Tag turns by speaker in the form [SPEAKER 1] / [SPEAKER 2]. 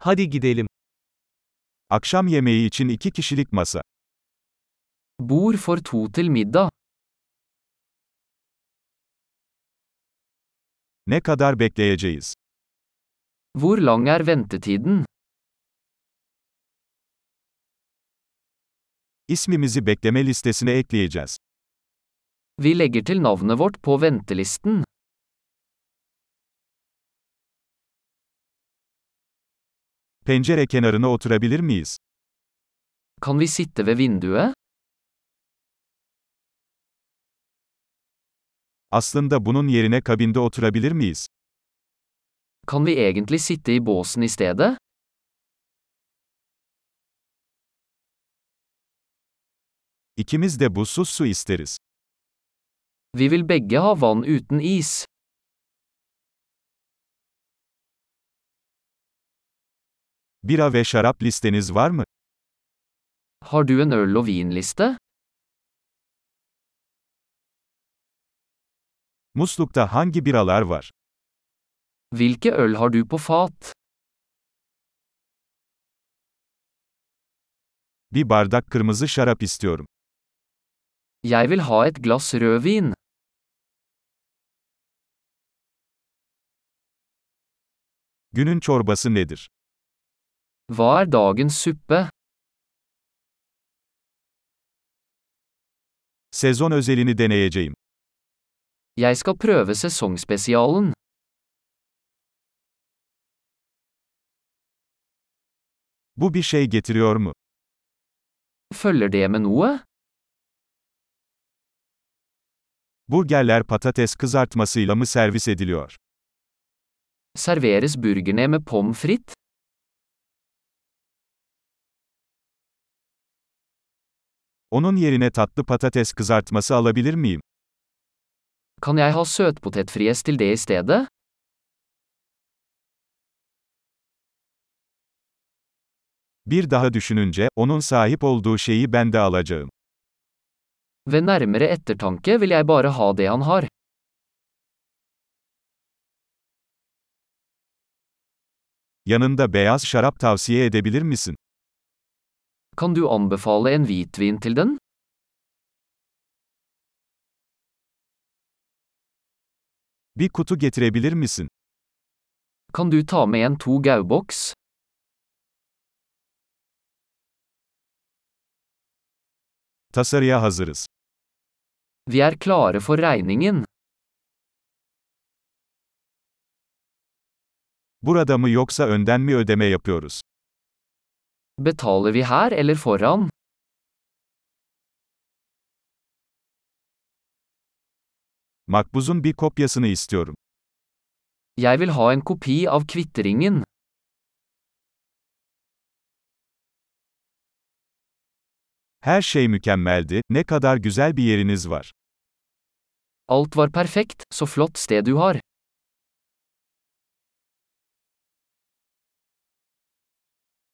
[SPEAKER 1] Hadi gidelim.
[SPEAKER 2] Akşam yemeği için iki kişilik masa.
[SPEAKER 3] Bord for to til middag.
[SPEAKER 2] Ne kadar bekleyeceğiz?
[SPEAKER 3] Hvor lang er ventetiden?
[SPEAKER 2] İsmimizi bekleme listesine ekleyeceğiz.
[SPEAKER 3] Vi legger til navnet vårt på ventelisten.
[SPEAKER 2] Pencere kenarına oturabilir miyiz?
[SPEAKER 3] Kan vi sitte ved vinduet?
[SPEAKER 2] Aslında bunun yerine kabinde oturabilir miyiz?
[SPEAKER 3] Kan vi egentlig sitte i båsen i stedet?
[SPEAKER 2] İkimiz de buzsuz su isteriz.
[SPEAKER 3] Vi vil begge ha vann uten is.
[SPEAKER 2] Bira ve şarap listeniz var mı?
[SPEAKER 3] Har du en øl- og vinliste?
[SPEAKER 2] Muslukta hangi biralar var?
[SPEAKER 3] Hvilke øl har du på fat?
[SPEAKER 2] Bir bardak kırmızı şarap istiyorum.
[SPEAKER 3] Jeg vil ha et glass rødvin.
[SPEAKER 2] Günün çorbası nedir?
[SPEAKER 3] Hva er dagens suppe?
[SPEAKER 2] Sezon özelini deneyeceğim.
[SPEAKER 3] Jeg skal prøve sesongspesialen.
[SPEAKER 2] Bu bir şey getiriyor mu?
[SPEAKER 3] Følger det med noe?
[SPEAKER 2] Burgerler patates kızartmasıyla mı servis ediliyor?
[SPEAKER 3] Serveres burgerne med pommes frites?
[SPEAKER 2] Onun yerine tatlı patates kızartması alabilir miyim?
[SPEAKER 3] Kan jeg ha søtpotetfries til det i stedet?
[SPEAKER 2] Bir daha düşününce, onun sahip olduğu şeyi ben de alacağım.
[SPEAKER 3] Ved nærmere ettertanke vil jeg bare ha det han har.
[SPEAKER 2] Yanında beyaz şarap tavsiye edebilir misin?
[SPEAKER 3] Kan du anbefale en hvitvin til den?
[SPEAKER 2] Bir kutu getirebilir misin?
[SPEAKER 3] Kan du ta med en to gauboks?
[SPEAKER 2] Tasarıya hazırız.
[SPEAKER 3] Vi er klare for regningen.
[SPEAKER 2] Burada mı yoksa önden mi ödeme yapıyoruz?
[SPEAKER 3] Betaler vi her eller foran?
[SPEAKER 2] Makbuzun bir kopyasını istiyorum.
[SPEAKER 3] Jeg vil ha en kopi av kvitteringen.
[SPEAKER 2] Her şey mükemmeldi, ne kadar güzel bir yeriniz var.
[SPEAKER 3] Alt var perfekt, så flott sted du har.